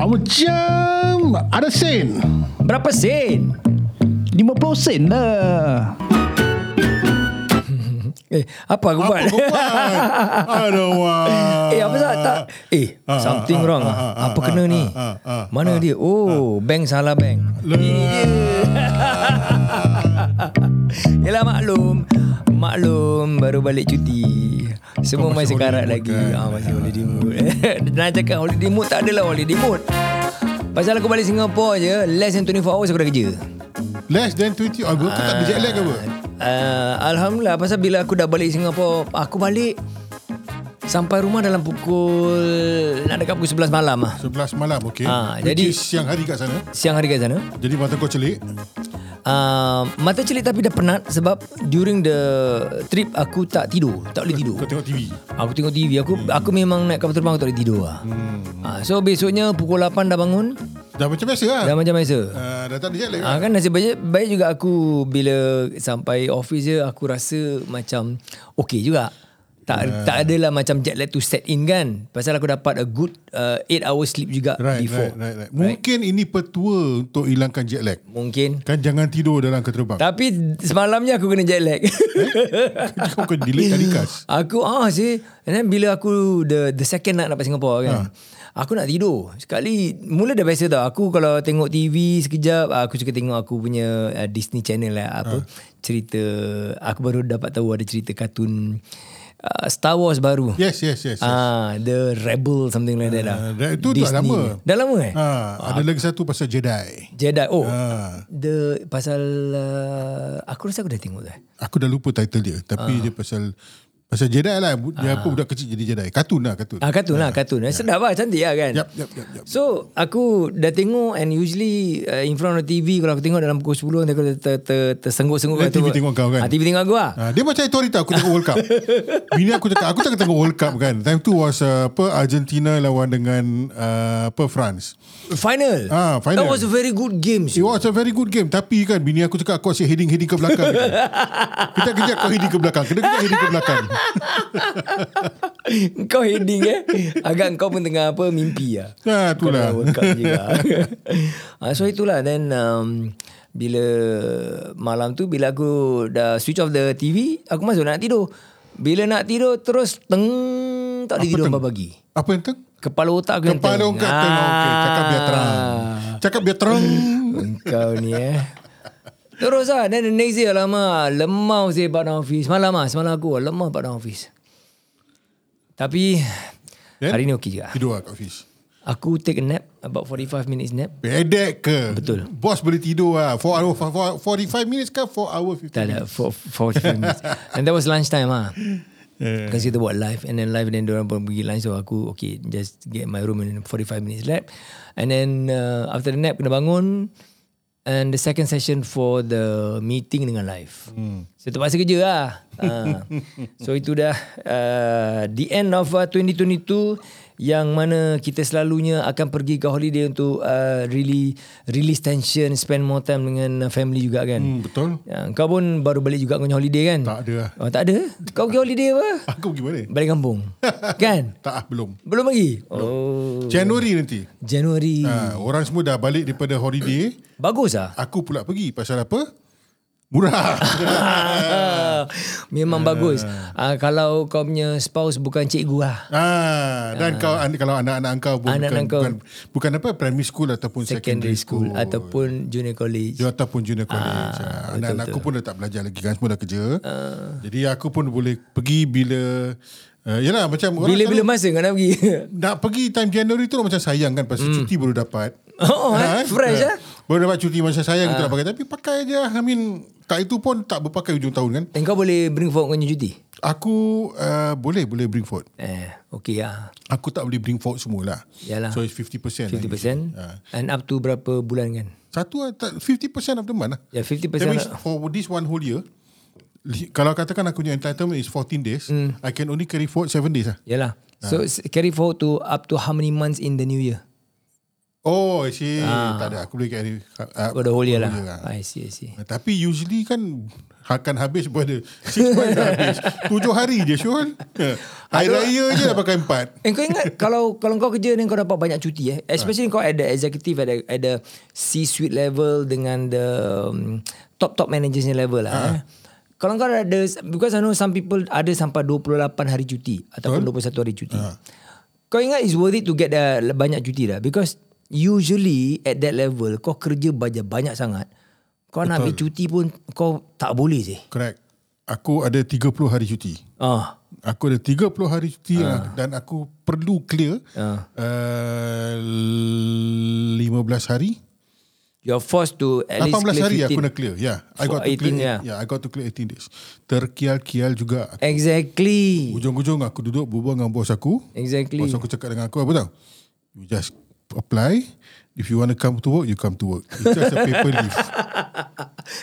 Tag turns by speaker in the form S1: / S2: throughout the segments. S1: Macam ada sen.
S2: Berapa sen? 50 sen lah
S3: Eh, apa aku buat?
S1: Apa kau buat? Aduh, wah.
S3: Eh apa tak, tak Eh
S1: Ah,
S3: something
S1: ah,
S3: wrong
S1: ah,
S3: ah.
S1: ah,
S3: Apa
S1: ah,
S3: kena
S1: ah,
S3: ni
S1: ah, ah,
S3: Mana dia Oh bank salah bank Yelah maklum Maklum Baru balik cuti Semua masih karat lagi ah, Masih holiday mood Nak cakap holiday mood Tak adalah holiday mood Pasal aku balik Singapura je Less than 24 hours aku dah kerja
S1: Less than 20 Ah, kau tak ada jet lag ke apa?
S3: uh, Alhamdulillah Pasal bila aku dah balik Singapura Aku balik Sampai rumah dalam pukul Nak dekat pukul 11 malam lah
S1: 11 malam, okay.
S3: Ah,
S1: Which
S3: jadi-
S1: is siang hari kat sana.
S3: Siang hari kat sana
S1: Jadi mata kau celik.
S3: uh, Mata celik tapi dah penat Sebab during the trip Aku tak tidur Tak boleh tidur
S1: Kau tengok TV.
S3: Aku tengok TV Aku aku memang naik kapal terbang Aku tak boleh tidur lah hmm. uh, So besoknya pukul 8 dah bangun
S1: Dah macam biasa lah.
S3: Dah macam biasa
S1: Ah, dah tak ada jet lag.
S3: Ah kan nasib baik, baik juga aku bila sampai office je aku rasa macam okay juga. Tak
S1: Ya.
S3: yeah. tak adalah macam jet lag to set in kan. Pasal aku dapat a good uh, 8 hour sleep juga
S1: Right, right,
S3: before.
S1: right, right. Mungkin ini petua untuk hilangkan jet lag.
S3: Mungkin.
S1: Kan jangan tidur dalam keterbang.
S3: Tapi semalamnya aku kena jet lag.
S1: Kau kena delay tadi kas.
S3: Aku ah sih And then bila aku The the second night dapat
S1: Ah.
S3: Singapore kan Aku nak tidur Sekali Mula dah biasa tau Aku kalau tengok TV sekejap ah, Aku suka tengok aku punya uh, Disney Channel lah
S1: Ah.
S3: Apa Cerita Aku baru dapat tahu Ada cerita kartun uh, Star Wars baru
S1: Yes, yes, yes. yes.
S3: Ah, The Rebel Something like that lah
S1: Ah, itu dah
S3: Disney.
S1: lama.
S3: Dah lama eh
S1: Ah, ada lagi satu pasal Jedi.
S3: Jedi Oh
S1: Ah.
S3: The Pasal uh, Aku rasa aku dah tengok dah
S1: Aku dah lupa title dia Tapi dia pasal Pasal Jedi lah Bu- Dia apa budak kecil jadi Jedi Kartun lah kartun
S3: Ah kartun lah kartun. Yeah. Sedap lah cantik lah kan.
S1: Yap, yap, yap, yap.
S3: So aku dah tengok and usually uh, in front of TV kalau aku tengok dalam pukul 10 nanti aku ter, ter, ter, tersengguk-sengguk
S1: Then TV tengok kau kan?
S3: Ah, TV tengok aku lah.
S1: Ah, Dia macam itu hari tau Aku tengok World Cup Bini aku cakap Aku tengok tengok World Cup kan Time tu was uh, apa Argentina lawan dengan uh, Apa France
S3: Final.
S1: Ah, final.
S3: That was a very good game.
S1: It
S3: sure.
S1: was a very good game Tapi kan Bini aku cakap Aku asyik heading-heading ke belakang kan. Kita kejap kau heading ke belakang Kena kejap heading ke belakang
S3: kau heading eh. Agak kau pun tengah apa mimpi lah.
S1: Ah, itulah.
S3: Kau dah workout juga. Ah, so itulah then um, bila malam tu bila aku dah switch off the TV aku masuk nak tidur. Bila nak tidur terus teng tak boleh tidur pagi.
S1: Apa yang teng?
S3: Kepala otak Ah. aku yang
S1: Kepala
S3: teng.
S1: orang kat teng okay. Cakap biar terang Cakap biar terang
S3: Engkau ni eh Terus lah Then the next day Alamak Lemau saya partner office Malam lah Semalam aku Lemau partner office Tapi
S1: Then?
S3: Hari ni okey juga
S1: Tidur lah kat office
S3: Aku take a nap About 45 minutes nap
S1: Bedek ke?
S3: Betul.
S1: Bos boleh tidur lah. 4 hour, four- four- 45 minutes ke 4 hour 50
S3: Tak ada for, for 45 minutes And that was lunchtime lah Because kita buat live And then live And then diorang pun pergi lunch So aku Okay just get my room And then 45 minutes lap And then uh, After the nap Kena bangun And the second session For the meeting dengan live hmm. So terpaksa kerja lah ha. So itu dah uh, The end of uh, 2022 Yang mana kita selalunya Akan pergi ke holiday Untuk uh, really Release tension Spend more time dengan uh, family juga kan
S1: Hmm, betul.
S3: Ya, kau pun baru balik juga kau punya holiday kan?
S1: Tak ada lah.
S3: Oh, tak ada? Kau pergi holiday apa?
S1: Aku pergi mana?
S3: Balik kampung. kan?
S1: Tak ah, belum.
S3: Belum lagi? Oh. Ah.
S1: Januari nanti.
S3: Januari.
S1: Ha, orang semua dah balik daripada holiday.
S3: Bagus lah.
S1: Aku pula pergi. Pasal apa? Murah.
S3: Ah, memang bagus. Ah, kalau kau punya spouse bukan cikgu lah.
S1: Ah, dan kau an- kalau anak-anak kau pun
S3: Anak-anak
S1: bukan,
S3: kau-
S1: bukan, bukan apa primary school ataupun secondary,
S3: Secondary school, ataupun junior college.
S1: Dia ataupun junior college. Ah, Anak-anak aku pun dah tak belajar lagi kan. Semua dah kerja.
S3: Ah.
S1: Jadi aku pun boleh pergi bila... Uh, yelah macam orang
S3: Bila-bila masa kau nak pergi?
S1: Nak pergi time Januari tu macam sayang kan Pasal cuti baru dapat
S3: Hmm.
S1: Ha,
S3: Oh, eh? Fresh, eh? Ha.
S1: Baru dapat cuti macam sayang kita nak pakai Tapi pakai je lah. I mean Tak itu pun tak berpakai hujung tahun kan
S3: Dan kau boleh bring forward kau punya cuti?
S1: Aku uh, boleh boleh bring forward
S3: Eh, okay lah.
S1: Aku tak boleh bring forward semualah
S3: Yalah.
S1: So it's 50%
S3: 50%.
S1: Ah.
S3: And up to berapa bulan kan?
S1: Satu lah, tak- 50% of the month lah
S3: Ya, 50%
S1: That means
S3: lah.
S1: for this one whole year li- Kalau katakan aku punya entitlement is 14 days
S3: Hmm.
S1: I can only carry forward 7 days lah
S3: Ah. Yalah. So s- carry forward to up to how many months in the new year?
S1: Oh, I see.
S3: Ah.
S1: Tak ada. Aku boleh carry. Uh,
S3: For the whole year lah. I see, I see.
S1: Tapi usually kan akan habis pada 6 months dah habis. 7 hari je Syul. Ha. Hari raya je dah pakai 4.
S3: Eh kau ingat kalau kalau kau kerja ni kau dapat banyak cuti eh.
S1: Ha.
S3: Especially kau ada executive ada ada C-suite level dengan the um, top top managers ni level
S1: Ha.
S3: lah. Eh. Kalau kau ada because I know some people ada sampai 28 hari cuti ataupun 21 hari cuti.
S1: Ha.
S3: Kau ingat is worth it to get the banyak cuti dah because usually at that level kau kerja banyak banyak sangat. Kau nak ambil cuti pun kau tak boleh sih.
S1: Correct. Aku ada 30 hari cuti.
S3: Ah.
S1: Aku ada 30 hari cuti uh. dan aku perlu clear uh. Uh, 15 hari.
S3: You're forced to
S1: 18
S3: at least clear
S1: hari
S3: 15.
S1: aku nak clear. Yeah, I
S3: For
S1: got to
S3: 18,
S1: clear.
S3: yeah.
S1: Yeah. yeah, I got to clear 18 days. Terkial-kial juga.
S3: Exactly.
S1: Ujung-ujung aku duduk berbual dengan bos aku.
S3: Exactly.
S1: Bos aku cakap dengan aku apa tau? You just apply. If you want to come to work, you come to work. It's just a paper leave.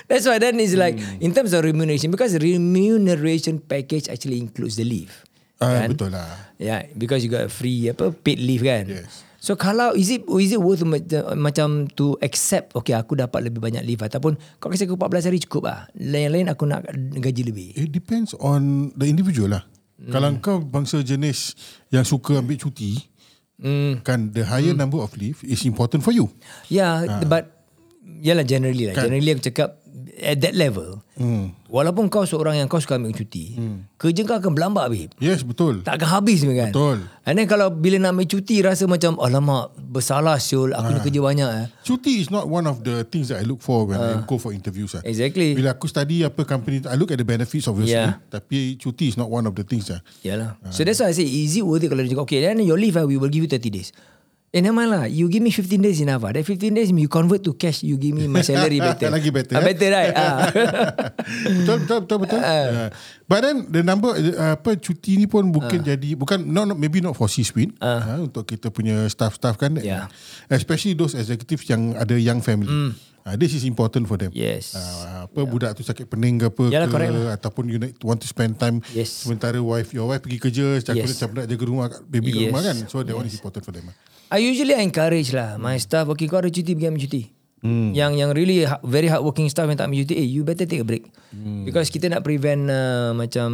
S3: That's why then it's like in terms of remuneration because remuneration package actually includes the leave.
S1: Ah,
S3: Kan?
S1: betul lah.
S3: Yeah, because you got a free apa paid leave kan.
S1: Yes.
S3: So kalau is it is it worth ma- uh, macam to accept okay aku dapat lebih banyak leave ataupun kau kasi aku 14 hari cukup ah. Lain-lain aku nak gaji lebih.
S1: It depends on the individual lah. Mm.
S3: Hmm.
S1: Kalau kau bangsa jenis yang suka ambil cuti,
S3: Hmm.
S1: mm. kan the higher mm. number of leave is important for you.
S3: Yeah, Ya, but Yalah generally lah Ah. kan. Generally aku cakap At that level hmm. Walaupun kau seorang yang Kau suka ambil cuti hmm. Kerja kau akan berlambak babe
S1: Yes, betul.
S3: Tak akan habis ni kan
S1: Betul.
S3: And then kalau Bila nak ambil cuti Rasa macam Alamak Bersalah Syul Aku
S1: Ah.
S3: ha. nak kerja banyak eh.
S1: Cuti is not one of the things that I look for when uh, I go for interviews. lah.
S3: Ah. Exactly.
S1: Bila aku study apa company, I look at the benefits obviously.
S3: Yeah.
S1: Yeah. Tapi cuti is not one of the things. lah.
S3: Yalah So that's why I say Is it worth it Kalau dia cakap Okay then your leave ah, We will give you 30 days Eh never mind lah You give me 15 days enough ah. That 15 days You convert to cash You give me my salary better
S1: Lagi better,
S3: ah,
S1: eh?
S3: Better right ah.
S1: betul betul betul betul.
S3: Eh,
S1: Uh. But then the number uh, apa cuti ni pun mungkin
S3: Eh.
S1: jadi bukan no, no maybe not for C-suite uh. untuk kita punya staff-staff kan.
S3: Yeah.
S1: Especially those executives yang ada young family. Mm. Uh, this is important for them.
S3: Hmm. Yes. Ya.
S1: Uh, apa yeah. budak tu sakit pening ke apa
S3: Yalah,
S1: ke
S3: correct lah.
S1: ataupun you need, want to spend time
S3: Yes.
S1: sementara wife your wife pergi kerja cakap
S3: Yes.
S1: yes. budak jaga rumah baby yes.
S3: Yes.
S1: rumah kan. So that yes. one is important for them. lah.
S3: I usually encourage lah my staff. Okay, kau ada cuti, pergi ambil cuti. Hmm. Yang yang really ha- very hardworking staff yang tak ambil cuti, eh, you better take a break. Hmm. Because kita nak prevent uh, macam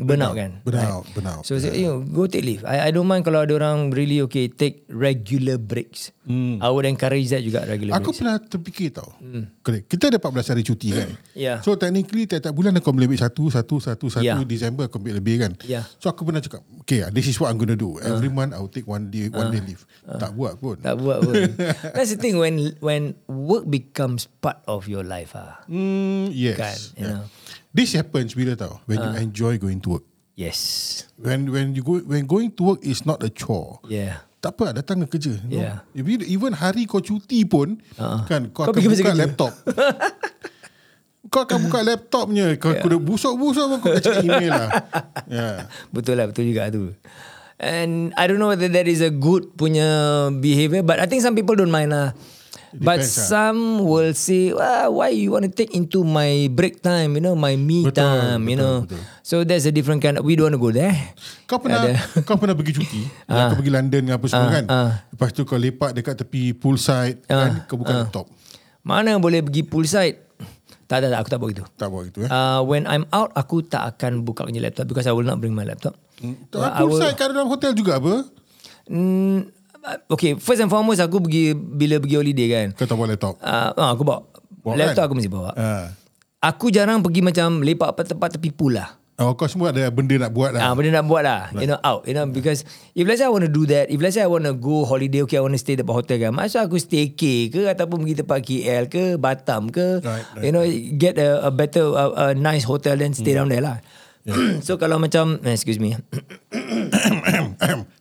S3: burnout kan.
S1: Burnout, burnout.
S3: So yeah. you know, go take leave. I, I don't mind kalau ada orang really okay take regular breaks. Hmm. I would encourage that juga regular
S1: Aku
S3: breaks.
S1: pernah terfikir tau.
S3: Hmm.
S1: Correct. Kita ada 14 hari cuti kan.
S3: Yeah.
S1: So technically tiap-tiap bulan aku ambil lebih satu, satu, satu, satu.
S3: Yeah.
S1: Disember aku ambil lebih kan.
S3: Yeah.
S1: So aku pernah cakap, okay ah, this is what I'm going to do. Every month I'll take one day, one day leave. Tak buat pun.
S3: Ah. Tak buat pun. That's the thing when when work becomes part of your life ah.
S1: Hmm, yes.
S3: Kan, you know. Ah.
S1: This happens bila tau. When you enjoy going to work.
S3: Yes.
S1: When when you go when going to work is not a chore.
S3: Yeah.
S1: Tak apa datang ke kerja. you know.
S3: Yeah. Ah.
S1: Even, even hari kau cuti pun uh-huh. kan kau,
S3: Kau
S1: kau akan
S3: pergi
S1: buka
S3: kerja.
S1: laptop. kau akan buka laptopnya. Kau yeah. dah busuk-busuk pun kau akan check email lah. Yeah.
S3: Betul lah Betul juga tu And I don't know whether that is a good punya behavior But I think some people don't mind lah But
S1: depends lah.
S3: some will say ah, Why you want to take into my break time You know My me
S1: Betul,
S3: time You
S1: betul,
S3: know
S1: betul.
S3: So there's a different kind of, We don't want to go there
S1: Kau pernah
S3: Ada.
S1: kau pernah pergi cuti, kau pergi London dengan apa semua kan.
S3: ah.
S1: Lepas tu kau lepak dekat tepi poolside kan kau buka laptop.
S3: Mana boleh pergi poolside Tak tak tak Aku tak buat gitu
S1: Tak buat gitu eh.
S3: uh, When I'm out Aku tak akan buka punya laptop Because I will not bring my laptop
S1: Uh,
S3: I will-
S1: poolside kan dalam hotel juga apa?
S3: Hmm, Okay First and foremost Aku pergi Bila pergi holiday kan
S1: Kau tak buat laptop.
S3: Ah, ah, aku bawa.
S1: Bawa kan?
S3: Laptop aku mesti bawa.
S1: Ah.
S3: Aku jarang pergi macam lepak apa tempat tepi pool lah.
S1: Oh, kau semua ada benda nak buat
S3: Ah,
S1: lah.
S3: benda nak buat lah. You know, out. You
S1: Ah.
S3: know, because if let's say I want to do that, if let's say I want to go holiday, okay, I want to stay dekat hotel kan. Maksud aku staycay ke ataupun pergi tempat KL ke, Batam
S1: Right,
S3: ke.
S1: right, Hmm.
S3: you know, get a, a better, a, a nice hotel then stay down there lah. so kalau macam, eh, excuse me.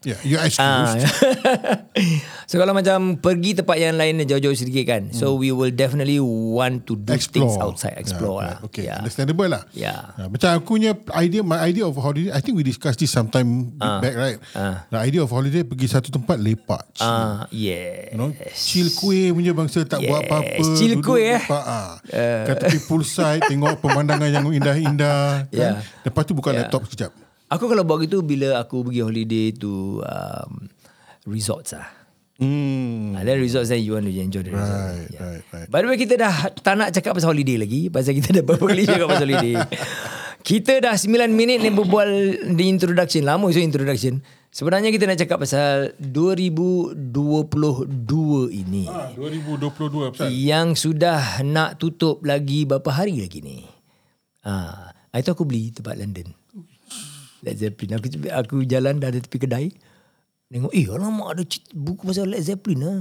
S1: yeah, you excuse.
S3: Ah. so kalau macam pergi tempat yang lain jauh-jauh sedikit kan. So we will definitely want to do things outside,
S1: Hmm. yeah,
S3: explore lah.
S1: right. Okay,
S3: Yeah.
S1: understandable lah.
S3: Yeah.
S1: Ah, macam aku punya idea, my idea of holiday, I think we discussed this sometime
S3: Ah.
S1: uh, back, right? Uh. The idea of holiday pergi satu tempat lepak. Uh.
S3: Ah, yeah.
S1: You know, chill kuih punya bangsa tak buat
S3: Yes,
S1: apa-apa.
S3: chill
S1: duduk
S3: kuih, eh.
S1: Lepak, ah. Kat tepi poolside, tengok pemandangan yang indah-indah.
S3: Yeah.
S1: Kan? Lepas tu buka laptop sekejap.
S3: Aku kalau buat gitu bila aku pergi holiday to um, resorts lah.
S1: Hmm.
S3: Ah, then results then you want to enjoy the results.
S1: Right, right, right.
S3: By the way, kita dah tak nak cakap pasal holiday lagi. Pasal kita dah berapa kali cakap pasal holiday. Kita dah 9 minit ni berbual di introduction. Lama so introduction. Sebenarnya kita nak cakap pasal 2022 ini.
S1: Ah, 2022 pasal.
S3: Yang sudah nak tutup lagi berapa hari lagi ni. Ah, ha, itu aku beli tempat London. Led Zeppelin. Aku, aku jalan dah ada tepi kedai. Tengok, eh alamak ada cer- buku pasal Led Zeppelin lah.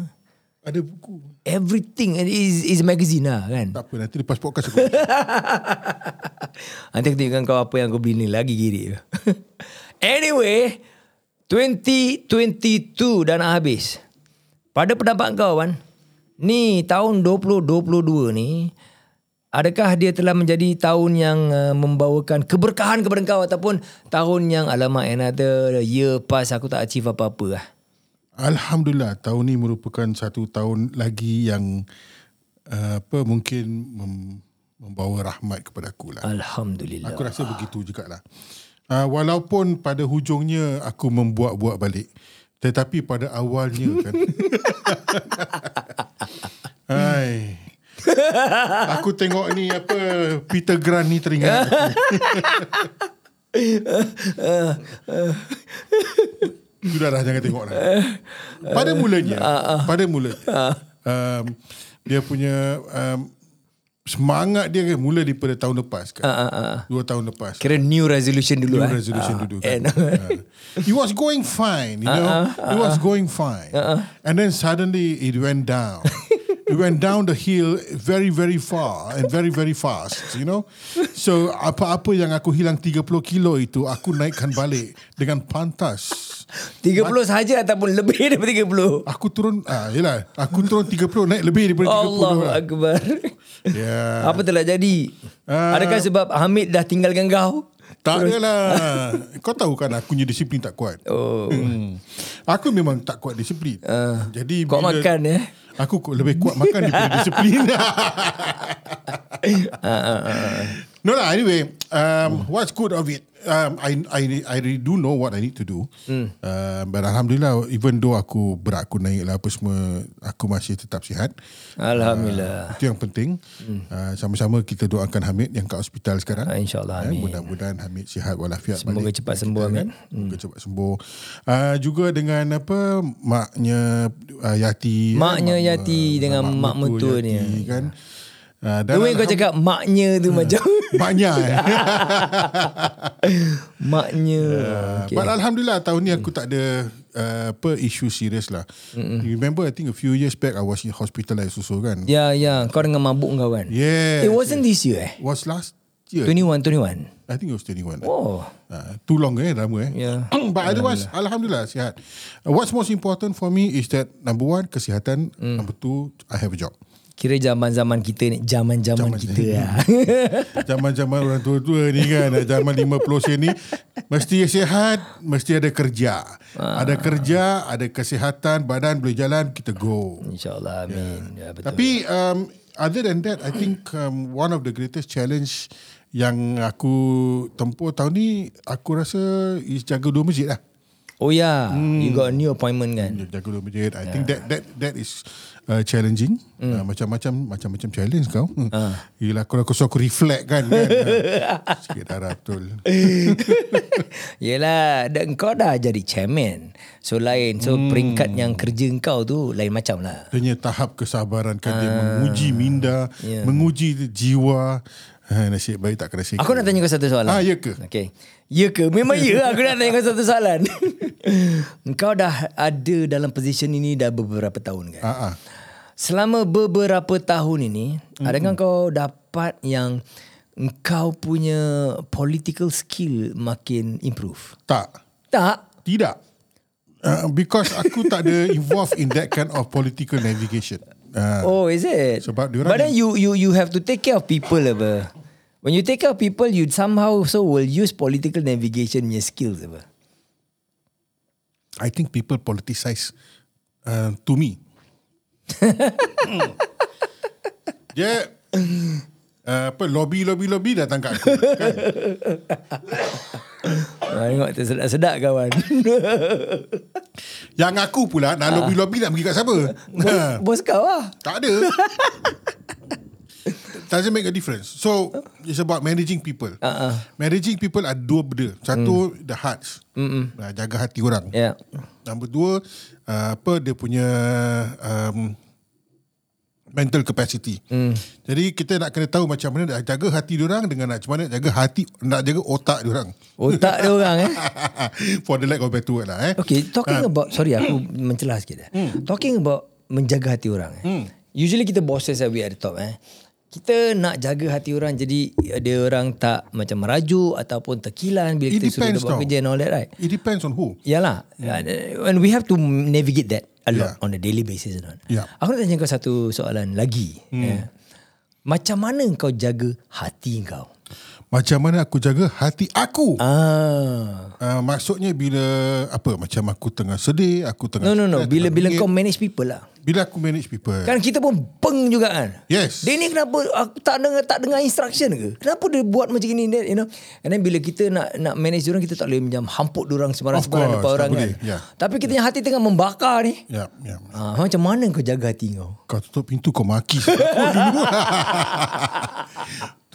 S1: Ada buku.
S3: Everything is, is magazine lah kan.
S1: Tak apa nanti lepas podcast aku.
S3: Nanti aku tunjukkan kau apa yang kau beli ni lagi giri. anyway, 2022 dah nak habis. Pada pendapat kau Wan, ni tahun 2022 ni, adakah dia telah menjadi tahun yang uh, membawakan keberkahan kepada kau ataupun tahun yang alamak another year pass aku tak achieve apa-apa lah.
S1: Alhamdulillah tahun ni merupakan satu tahun lagi yang uh, apa mungkin mem, membawa rahmat kepada aku lah.
S3: Alhamdulillah.
S1: Aku rasa begitu juga lah. Uh, walaupun pada hujungnya aku membuat-buat balik. Tetapi pada awalnya kan. Hai. Aku tengok ni apa Peter Grant ni teringat. aku. Sudah lah jangan tengok lah. Pada
S3: Eh,
S1: mulanya.
S3: ah,
S1: Pada mulanya. Um, dia punya um, semangat dia kan mula daripada tahun lepas kan.
S3: Ah,
S1: Dua tahun lepas.
S3: Kira new resolution dulu
S1: New
S3: eh. ah,
S1: resolution
S3: Ah,
S1: dulu
S3: and-
S1: kan. Ah. It was going fine, you know. It was going fine.
S3: Ah,
S1: And then suddenly it went down. it went down the hill very very far and very very fast, you know. So apa-apa yang aku hilang 30 kilo itu aku naikkan balik dengan pantas.
S3: 30 sahaja ataupun lebih daripada 30.
S1: Aku turun ah yalah, aku turun 30 naik lebih daripada Ya. 30.
S3: Allahu
S1: lah.
S3: Akbar.
S1: Yeah.
S3: Apa telah jadi?
S1: Ah.
S3: Adakah sebab Hamid dah tinggalkan kau?
S1: Tak adalah. Kau tahu kan aku punya disiplin tak kuat.
S3: Oh.
S1: Hmm. Aku memang tak kuat disiplin. Uh, Jadi
S3: kuat
S1: bila-
S3: makan, eh?
S1: Aku ku- lebih kuat makan daripada disiplin.
S3: Ah,
S1: no lah anyway, um, what's good of it? Um, I I I really do know what I need to do.
S3: Hmm.
S1: Mm. Uh, but alhamdulillah even though aku berat aku naik lah apa semua, aku masih tetap sihat.
S3: Alhamdulillah.
S1: Itu yang penting. Mm. Uh, sama-sama kita doakan Hamid yang kat hospital sekarang.
S3: Ah, InsyaAllah.
S1: Eh,
S3: Hmm. Amin.
S1: mudah-mudahan Hamid sihat walafiat
S3: Semoga Hmm.
S1: balik Eh,
S3: cepat
S1: kita
S3: sembuh, Hamid.
S1: Semoga cepat sembuh. Uh, juga dengan apa maknya uh, Yati.
S3: Maknya
S1: eh,
S3: Yati dengan mak mertuanya.
S1: Yati, kan. Uh, dan
S3: The way Ya. kau Ah,
S1: alham-
S3: cakap maknya
S1: Hmm.
S3: tu macam
S1: Maknya. eh.
S3: maknya.
S1: okay.
S3: Okay.
S1: But alhamdulillah tahun ni
S3: Hmm.
S1: aku tak ada uh, apa issue serious lah. Mm-mm. You remember I think a few years back I was in hospitalized also kan.
S3: Ya ya, kau dengan mabuk kau kan?
S1: Yeah.
S3: It wasn't this year eh.
S1: Was last year.
S3: 21 21.
S1: I think it was 21.
S3: Oh. ya.
S1: Uh, too long eh lama eh.
S3: Yeah.
S1: But otherwise alhamdulillah sihat. Uh, what's most important for me is that number one kesihatan, mm. number two I have a job.
S3: Kira zaman-zaman kita ni, zaman-zaman kita lah.
S1: Zaman-zaman orang tua-tua ni kan Zaman 50 sen ni Mesti sihat Mesti ada kerja Ada kerja Ada kesihatan Badan boleh jalan Kita go
S3: InsyaAllah, amin. Ya, betul.
S1: Tapi um, Other than that I think um, One of the greatest challenge Yang aku Tempuh tahun ni Aku rasa Is jaga dua masjid lah
S3: Oh ya,
S1: Hmm.
S3: you got a new appointment kan?
S1: Jaga dua masjid. I think that that that is uh, challenging.
S3: Mm.
S1: Uh, macam-macam macam-macam challenge kau.
S3: Ah.
S1: Uh. Yelah kalau kau suruh aku reflect kan. kan? Ah, Sikit darah betul.
S3: Yelah dan Kau dah jadi chairman So lain So hmm. peringkat yang kerja kau tu Lain macam lah
S1: Tanya tahap kesabaran kan
S3: Ah.
S1: dia menguji minda,
S3: Ya.
S1: menguji jiwa. Ha, nasib baik tak kena sikit.
S3: Aku nak tanya kau satu soalan
S1: Ah, ya ke?
S3: Okay Ya ke? Memang ya Aku nak tanya kau satu soalan Kau dah ada dalam position ini Dah beberapa tahun kan
S1: Ah, ah.
S3: Selama beberapa tahun ini
S1: Hmm.
S3: mm-hmm. Adakah kau dapat yang Kau punya political skill Makin improve?
S1: Tak.
S3: Tak
S1: Tidak. Uh, because aku tak ada involved in that kind of political navigation. Uh,
S3: Oh, is it?
S1: Sebab diorang
S3: But then you you you have to take care of people apa. When you take care of people, you somehow so will use political navigation punya skills apa.
S1: I think people politicize uh, to me. Dia uh, apa lobby lobby lobby datang kat aku kan.
S3: Ah, Tengok tersedak-sedak kawan
S1: Yang aku pula nak lobby-lobby nak pergi kat siapa? ha.
S3: Bos kau lah
S1: Tak ada. Doesn't make a difference. So it's about managing people.
S3: Uh-uh.
S1: Managing people ada dua benda. Satu the hearts. Hmm. Mm-mm. Jaga hati orang.
S3: Ya
S1: Nombor dua uh, apa dia punya um, mental capacity. Mm.
S3: Hmm.
S1: Jadi kita nak kena tahu macam mana nak jaga hati orang dengan nak macam mana nak jaga hati nak jaga otak orang.
S3: Otak dia orang eh
S1: For the lack of better word lah eh.
S3: Okay, talking about sorry aku mencelah sikit. Eh.
S1: Hmm.
S3: Talking about menjaga hati orang. Eh. Usually kita bosses that we at the top eh. Kita nak jaga hati orang jadi ada orang tak macam merajuk ataupun terkilan bila
S1: It
S3: kita suruh dia
S1: depends
S3: buat
S1: tau.
S3: kerja and all that right.
S1: It depends on who.
S3: Yalah. Yeah. And we have to navigate that a lot
S1: Yeah.
S3: on a daily basis and all.
S1: Yeah. Hmm.
S3: Aku nak tanya kau satu soalan lagi. Eh. Macam mana kau jaga hati kau?
S1: Macam mana aku jaga hati aku.
S3: Ah.
S1: Uh, maksudnya bila apa macam aku tengah sedih, aku tengah
S3: No no no,
S1: stress,
S3: bila
S1: tengah
S3: bila
S1: bingit.
S3: kau manage people lah.
S1: bila aku manage people. Kan.
S3: Kan kita pun peng juga kan.
S1: Yes.
S3: Dia ni kenapa aku tak dengar tak dengar instruction ke? Kenapa dia buat macam ini that, you know? And then bila kita nak nak manage orang kita tak boleh macam hampuk orang sembarang-sembarang
S1: Of course,
S3: depan
S1: tak
S3: orang kan.
S1: boleh, yeah.
S3: Tapi kita punya hati tengah membakar ni.
S1: Ya, ya.
S3: Ah, macam mana kau jaga hati kau?
S1: Kau tutup pintu kau maki siapa kau dulu.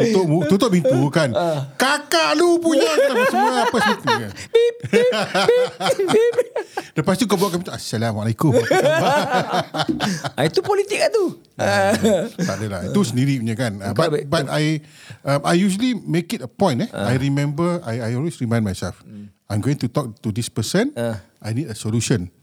S1: tutup mu- tutup pintu kan. Kakak lu punya apa semua apa situ kan. Lepas tu kau buat kau Assalamualaikum.
S3: ah, itu politik lah tu.
S1: Hmm.
S3: Ah.
S1: tak adalah Itu sendiri punya kan uh, But,
S3: Correct.
S1: but I um, I usually make it a point eh. I remember I, I always remind myself I'm going to talk to this person I need a solution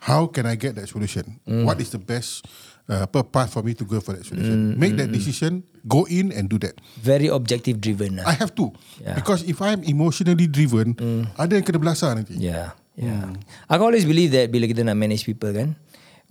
S1: How can I get that solution What is the best uh, apa path for me to go for that solution Make that decision Go in and do that
S3: Very objective driven lah.
S1: I have to
S3: Yeah. Mm.
S1: Because if I'm emotionally driven Ada yang kena belasah nanti
S3: Yeah.
S1: Hmm.
S3: Yeah. Aku Ya, always believe that bila kita nak manage people kan,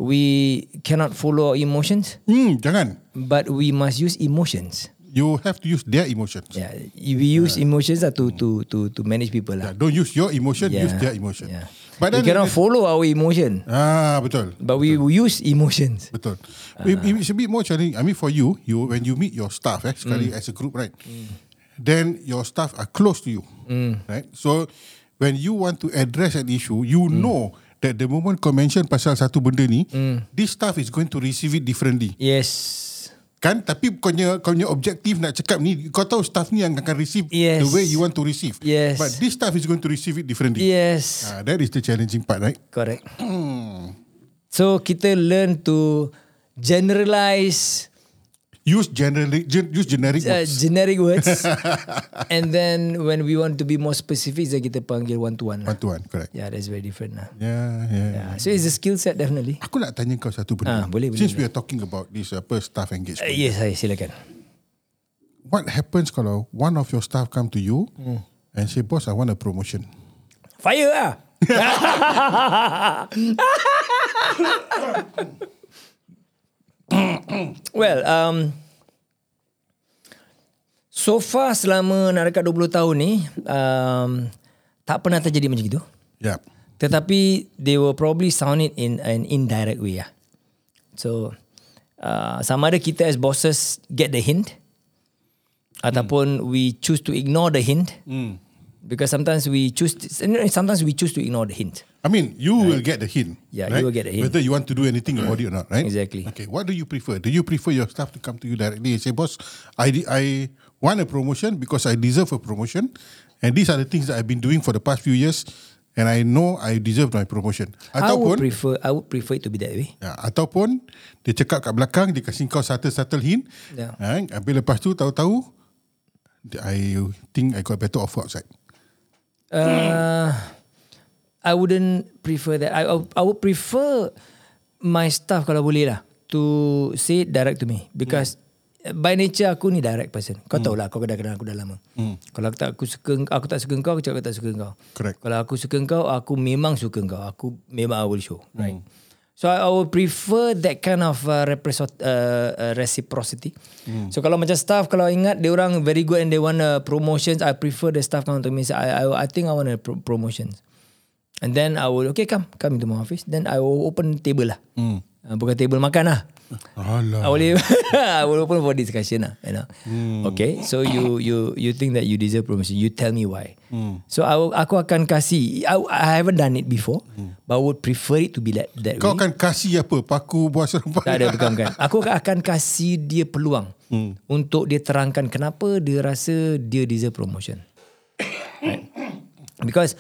S3: we cannot follow our emotions
S1: hmm, Jangan
S3: but we must use emotions.
S1: You have to use their emotions
S3: Yeah, we use
S1: Hmm.
S3: emotions lah to to to to manage people lah.
S1: Yeah, Don't use your emotion
S3: Yeah.
S1: Use their emotion
S3: Yeah.
S1: But
S3: we
S1: then
S3: cannot follow our emotion,
S1: Ah betul
S3: but we will use emotions.
S1: Betul. It,
S3: Uh.
S1: it's a bit more challenging. I mean, for you, you when you meet your staff, eh, sekali
S3: Mm.
S1: as a group, right? Then your staff are close to you,
S3: Mm.
S1: right? So when you want to address an issue, you
S3: Mm.
S1: know that the moment kau mention pasal satu benda ni,
S3: Mm.
S1: this staff is going to receive it differently.
S3: Yes.
S1: Kan? Tapi kau punya, kau punya objektif nak cakap ni, kau tahu staff ni yang akan receive
S3: Yes.
S1: the way you want to receive.
S3: Yes.
S1: But this staff is going to receive it differently.
S3: Yes.
S1: Ah, that is the challenging part, right?
S3: Correct.
S1: Hmm.
S3: So kita learn to generalize
S1: Use generic, gen, use generic
S3: uh,
S1: words.
S3: generic words, and then when we want to be more specific, then kita panggil one to one. lah.
S1: Bantuan, correct.
S3: Yeah, that's very different lah.
S1: Yeah, yeah. yeah.
S3: Yeah. So it's a skill set definitely.
S1: Aku nak tanya kau satu benda.
S3: Ah, boleh, boleh,
S1: Since we are talking about this apa staff
S3: Uh,
S1: engagement.
S3: yes, saya silakan.
S1: What happens kalau one of your staff come to you
S3: Hmm.
S1: and say, "Boss, I want a promotion."
S3: Fire lah. well, um, so far selama nak dekat 20 tahun ni, um, tak pernah terjadi macam itu.
S1: Yeah.
S3: Tetapi they will probably sound it in an indirect way lah. So, uh, sama ada kita as bosses get the hint ataupun we choose to ignore the hint because sometimes we choose sometimes we choose to ignore the hint.
S1: I mean, you will get the hint.
S3: Yeah,
S1: right?
S3: you will get the hint.
S1: Whether you want to do anything about it or not, right?
S3: Exactly.
S1: Okay, what do you prefer? Do you prefer your staff to come to you directly and say, "Boss, I de- I want a promotion because I deserve a promotion, and these are the things that I've been doing for the past few years, and I know I deserve my promotion."
S3: I would
S1: Ataupun
S3: prefer I would prefer it to be that way.
S1: Ya, ataupun dia cakap kat belakang dia kasi kau subtle-subtle hint.
S3: Ya.
S1: Ha, habis lepas tu tahu-tahu dia- I think I got better offer outside.
S3: Uh, I wouldn't prefer that. I I would prefer my staff kalau boleh lah to say it direct to me because by nature aku ni direct person. Kau tahu lah kau kenal-kenal aku dah lama. Kalau aku tak aku suka aku tak suka kau aku cakap aku tak suka kau.
S1: Correct.
S3: Kalau aku suka kau aku memang suka kau. Aku memang I will show. Right. So I, I would prefer that kind of uh, repres- uh, uh, reciprocity. So kalau macam staff kalau ingat dia orang very good and they want uh, promotions, I prefer the staff come to me and say I I, I think I want a pro- promotions. And then I will okay come come into my office. Then I will open table lah. Mm. uh, bukan table makan lah.
S1: Alah.
S3: I will I will open for discussion lah, you know. Okay, so you you you think that you deserve promotion, you tell me why. So I will, aku akan kasih. I, I haven't done it before, but I would prefer it to be that that
S1: Kau
S3: way.
S1: akan kasih apa? Paku buah serempak.
S3: Tak ada bukan bukan. Aku akan kasih dia peluang untuk dia terangkan kenapa dia rasa dia deserve promotion. Right? Because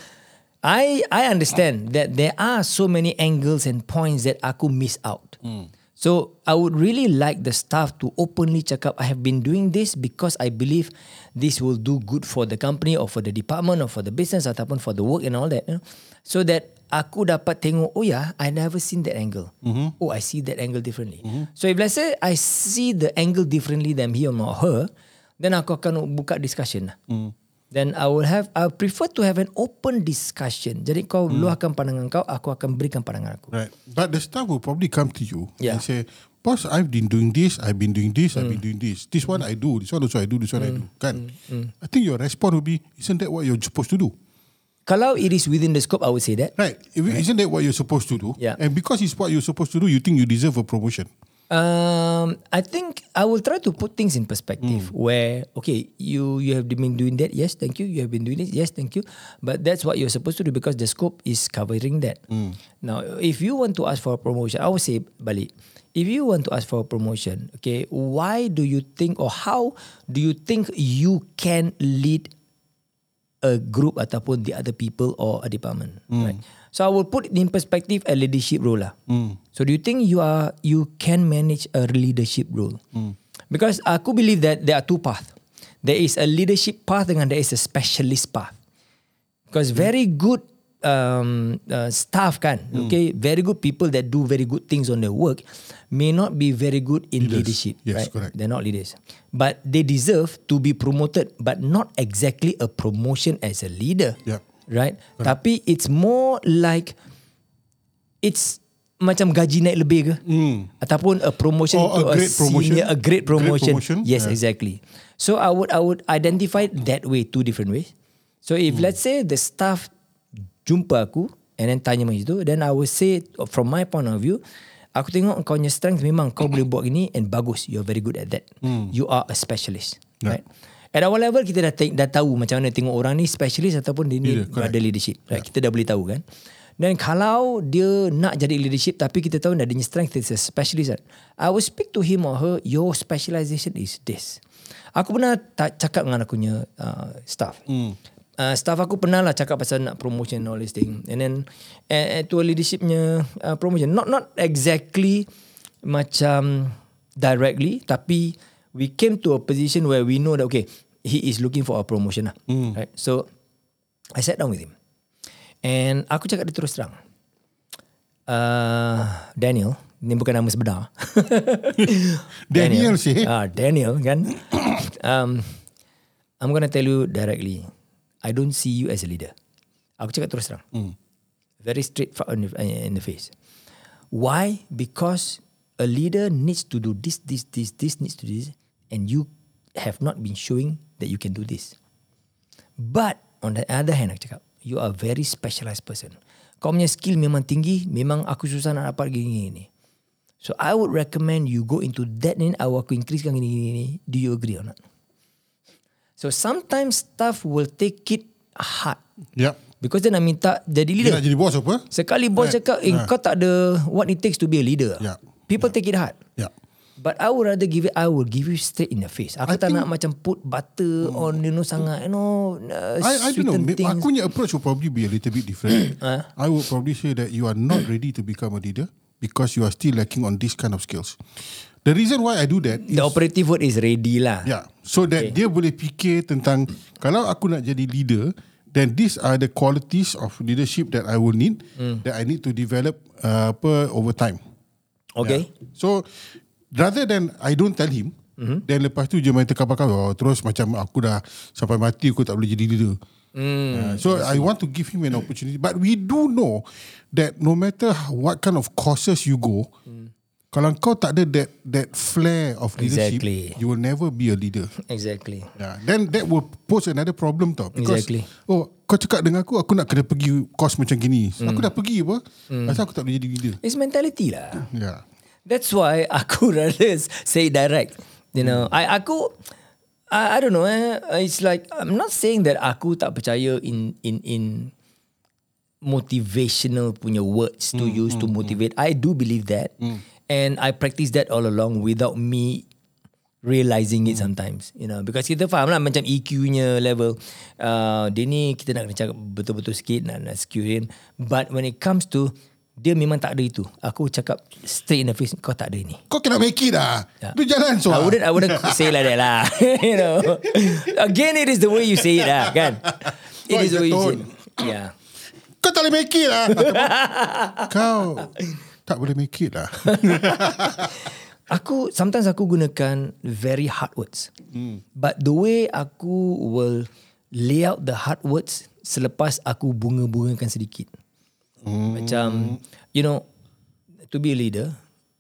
S3: I I understand that there are so many angles and points that aku miss out. So I would really like the staff to openly check up. I have been doing this because I believe this will do good for the company or for the department or for the business ataupun for the work and all that. You know? So that aku dapat tengok, oh yeah, I never seen that angle. Oh, I see that angle differently. So if let's say I see the angle differently than him or her, then aku akan buka discussion lah. Then I will have, I prefer to have an open discussion. Jadi kau luahkan pandangan kau, aku akan berikan pandangan aku.
S1: Right. But the staff will probably come to you
S3: Yeah. Mm.
S1: and say, Boss, I've been doing this, I've been doing this, I've been doing this. This one I do, this one also I do, this one I do. Kan? I think your response will be, isn't that what you're supposed to do?
S3: Kalau it is within the scope, I would say that.
S1: Right. If- Isn't that what you're supposed to do?
S3: Yeah.
S1: And because it's what you're supposed to do, you think you deserve a promotion.
S3: Um, I think I will try to put things in perspective. Where okay, you you have been doing that. Yes, thank you. You have been doing this. Yes, thank you. But that's what you're supposed to do because the scope is covering that. Now, if you want to ask for a promotion, I would say balik. If you want to ask for a promotion, okay, why do you think or how do you think you can lead a group ataupun the other people or a department. Right. So I will put it in perspective a leadership role lah. So do you think you are you can manage a leadership role? Because aku believe that there are two paths. There is a leadership path dengan there is a specialist path. Because very good um, uh, staff kan, okay, very good people that do very good things on their work may not be very good in leadership.
S1: Yes,
S3: right?
S1: correct.
S3: They're not leaders. But they deserve to be promoted, but not exactly a promotion as a leader.
S1: Yep.
S3: Right? Tapi it's more like it's macam gaji naik lebih ke mm. ataupun a promotion
S1: Hmm. Or a
S3: to
S1: great promotion.
S3: senior a great
S1: Great
S3: promotion,
S1: promotion,
S3: yes
S1: yeah.
S3: exactly so i would i would identify it that way two different ways so if
S1: Hmm.
S3: let's say the staff jumpa aku and then tanya macam tu then i would say from my point of view aku tengok kau punya strength memang kau boleh buat gini and bagus you're very good at that you are a specialist
S1: Hmm. Yeah.
S3: right At our level kita dah, te- dah tahu macam mana tengok orang ni specialist ataupun dia ni
S1: Yeah, correct.
S3: ada leadership. Right? Kita dah boleh tahu kan. Dan kalau dia nak jadi leadership tapi kita tahu dia punya strength is a specialist. Kan? I will speak to him or her, your specialization is this. Aku pernah ta- cakap dengan aku punya uh, staff.
S1: Hmm.
S3: Mm. Uh, staff aku pernah lah cakap pasal nak promotion and all this thing. And then uh, to a leadership punya uh, promotion. Not not exactly macam directly tapi we came to a position where we know that okay he is looking for a promotion lah.
S1: Hmm.
S3: Mm. Right? So I sat down with him. And aku cakap dia terus terang. Uh, Daniel, ni bukan nama sebenar.
S1: Daniel sih.
S3: Ah, Daniel kan. um, I'm gonna tell you directly. I don't see you as a leader. Aku cakap terus terang.
S1: Hmm.
S3: Very straight fro- in the, in the face. Why? Because a leader needs to do this, this, this, this needs to do this, and you have not been showing that you can do this. But on the other hand aku cakap, you are a very specialised person. Kau punya skill memang tinggi, memang aku susah nak dapat gini gini. So I would recommend you go into that ni, I will aku increasekan gini gini gini. Do you agree or not? So sometimes staff will take it hard
S1: Yep.
S3: because dia nak minta jadi
S1: Dia
S3: leader.
S1: nak jadi bos apa?
S3: Sekali bos
S1: Right.
S3: cakap, eh,
S1: Right.
S3: kau tak ada what it takes to be a leader.
S1: Yeah.
S3: People take it hard.
S1: Yeah.
S3: But I would rather give it I would give you straight in the face.
S1: I
S3: Aku tak
S1: think-
S3: nak macam put butter on you know sangat you know uh,
S1: I, I don't know.
S3: sweeten
S1: Maybe
S3: things. Uh.
S1: Aku punya approach will probably be a little bit different. I would probably say that you are not ready to become a leader because you are still lacking on this kind of skills. The reason why I do that is,
S3: The operative word is ready lah.
S1: yeah, Ya. so that dia boleh fikir tentang kalau aku nak jadi leader, then these are the qualities of leadership that I will need that I need to develop uh, apa over time. Ya.
S3: Okay.
S1: So rather than I don't tell him, mm-hmm. then lepas tu je main terkapar oh, terus macam aku dah sampai mati aku tak boleh jadi leader. Mm, uh, so I want to give him an opportunity but we do know that no matter what kind of courses you go mm. kalau kau tak ada that that flair of leadership
S3: Exactly.
S1: you will never be a leader.
S3: Exactly.
S1: Yeah. Ya, Then that will pose another problem tau. Because,
S3: Exactly.
S1: Oh, kau cakap dengan aku, aku nak kena
S3: Hmm.
S1: pergi course macam gini. Aku dah pergi apa? Mm. Asal aku tak boleh jadi leader. Ya.
S3: It's mentality lah.
S1: Yeah.
S3: That's why aku rather say it direct. You know, I aku I, I don't know eh. It's like I'm not saying that aku tak percaya in in in motivational punya words to use to motivate. I do believe that. And I practice that all along without me realizing it sometimes you know because kita faham lah macam EQ-nya level uh, dia ni kita nak kena cakap betul-betul sikit nak, nak secure him but when it comes to dia memang tak ada itu aku cakap straight in the face kau tak ada ini
S1: Kau cannot make it lah.
S3: Yeah.
S1: Tu jalan
S3: I
S1: soal.
S3: Ya. wouldn't I wouldn't say like that lah you know again it is the way you say it lah kan
S1: Oh,
S3: it is
S1: it's the
S3: the way you say it
S1: tone.
S3: yeah
S1: Kau tak boleh make it lah. Kau tak boleh make it lah.
S3: Aku sometimes aku gunakan very hard words. Mm. But the way aku will lay out the hard words selepas aku bunga-bungakan sedikit. Mm. Macam you know to be a leader,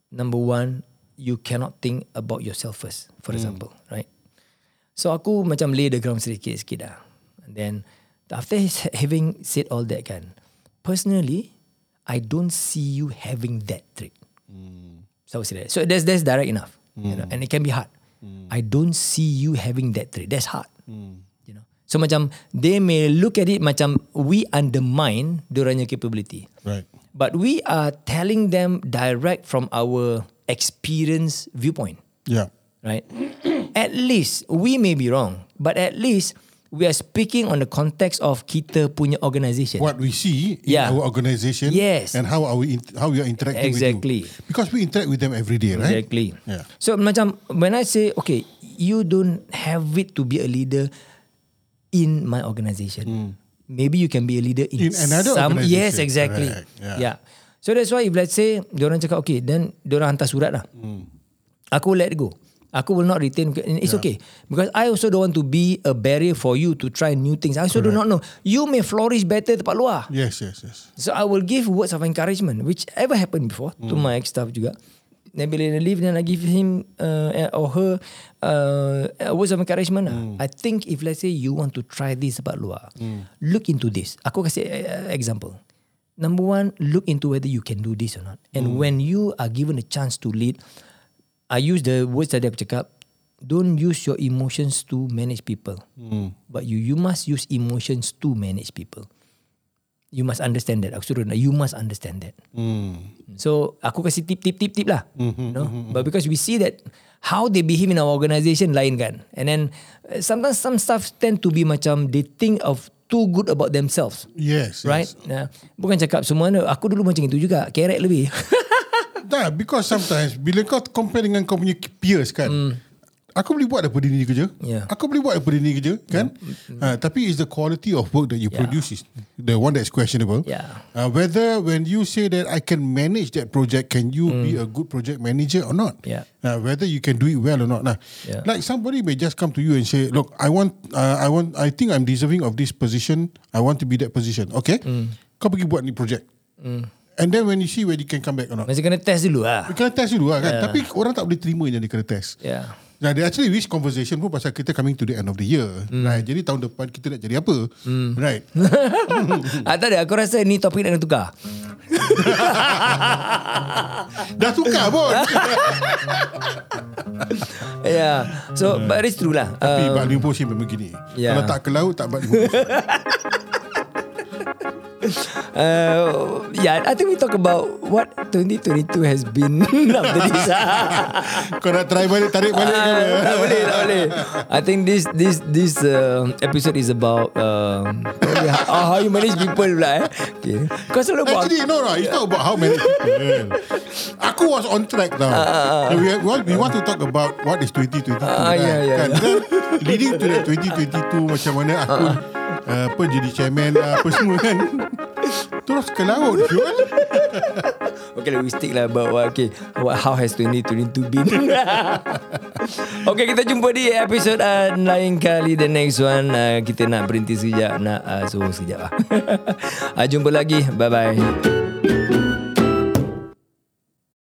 S3: number one you cannot think about yourself first. For mm. example, right? So aku macam lay the ground sedikit-sedikit dah. And then after his- having said all that kan, personally I don't see you having that trait. So I would say that. So that's that's direct enough, you know, and it can be hard. I don't see you having that trait. That's hard, you know. So macam they may look at it macam we undermine dorangnya capability,
S1: Right.
S3: but we are telling them direct from our experience viewpoint,
S1: Yeah.
S3: right? at least we may be wrong, but at least we are speaking on the context of kita punya organisation.
S1: What we see in
S3: Yeah.
S1: our organization
S3: Ya. Yes.
S1: and how are we in- how we are interacting
S3: Exactly.
S1: with you. Because we interact with them every day, right?
S3: Exactly.
S1: Yeah.
S3: So macam when I say okay, you don't have it to be a leader in my organization. Maybe you can be a leader
S1: Hmm.
S3: in,
S1: In another
S3: some
S1: organisation.
S3: yes exactly.
S1: Correct. Yeah.
S3: yeah. So that's why if let's say diorang cakap okay, then diorang hantar surat lah.
S1: Hmm.
S3: Aku let go. Aku will not retain. And It's okay because I also don't want to be a barrier for you to try new things. I also do not know. You may flourish better tempat luar.
S1: Yes, yes, yes.
S3: So I will give words of encouragement, which ever happened before to my ex staff juga. Then bila dia leave, then I give him uh, or her uh, words of encouragement. Mm. I think if let's say you want to try this about luar, look into this. Aku kasih uh, example. Number one, look into whether you can do this or not. And when you are given a chance to lead, I use the words that I've cakap. Don't use your emotions to manage people, but you you must use emotions to manage people you must understand that. Aku suruh dia, you must understand that. So aku kasih tip tip tip tip lah. you know? But because we see that how they behave in our organisation lain kan. And then uh, sometimes some staff tend to be macam they think of too good about themselves.
S1: Yes. yes.
S3: Right? Nah, bukan cakap semua ni, aku dulu macam itu juga. Kerek lebih.
S1: Dah, because sometimes bila kau compare dengan kau punya peers kan, aku boleh buat daripada ni kerja.
S3: Yeah.
S1: Aku boleh buat daripada ni kerja kan. Uh, tapi is the quality of work that you
S3: Yeah.
S1: produce is the one that's questionable.
S3: Yeah.
S1: Uh, whether when you say that I can manage that project, can you be a good project manager or not?
S3: Yeah.
S1: Uh, whether you can do it well or not. Nah,
S3: Yeah.
S1: like somebody may just come to you and say, "Look, I want, uh, I want, I think I'm deserving of this position. I want to be that position. Okay, kau pergi buat ni project." And then when you see whether you can come back or not.
S3: Masih kena test dulu lah.
S1: Kena test dulu lah kan yeah. Tapi orang tak boleh terima Yang dia kena test
S3: Yeah.
S1: Nah, they actually wish conversation pun pasal kita coming to the end of the year, right? Jadi tahun depan kita nak jadi apa, right?
S3: Ah, tak ada, aku rasa ni topik nak kena tukar.
S1: Dah tukar pun.
S3: Yeah. So, but it's true lah.
S1: Tapi
S3: Uh,
S1: balik pun sih memang gini.
S3: Yeah.
S1: Kalau tak ke laut tak balik pun.
S3: Uh, yeah, I think we talk about what 2022 has been Lah, after this.
S1: Kau nak try balik tarik balik ke apa?
S3: Ah, tak boleh, tak boleh. I think this this this uh, episode is about um, probably how, oh, how you manage people pula eh. Okay. Kau selalu buat
S1: Actually, no, no. It's not about how many people. Aku was on track now. So we, we, want, we want to talk about what is 2022. kan?
S3: Ah, yeah, yeah,
S1: Kan?
S3: yeah. Ah,
S1: Then, leading to that 2022 macam mana aku uh, apa jadi chairman lah, apa semua kan. Terus ke laut, Syul.
S3: Okay, lah, we stick lah about what, okay, what, how has 2022 been? okay, kita jumpa di episode uh, lain kali. The next one, uh, kita nak berhenti sekejap. Nak uh, suruh sekejap lah. uh, jumpa lagi. Bye-bye.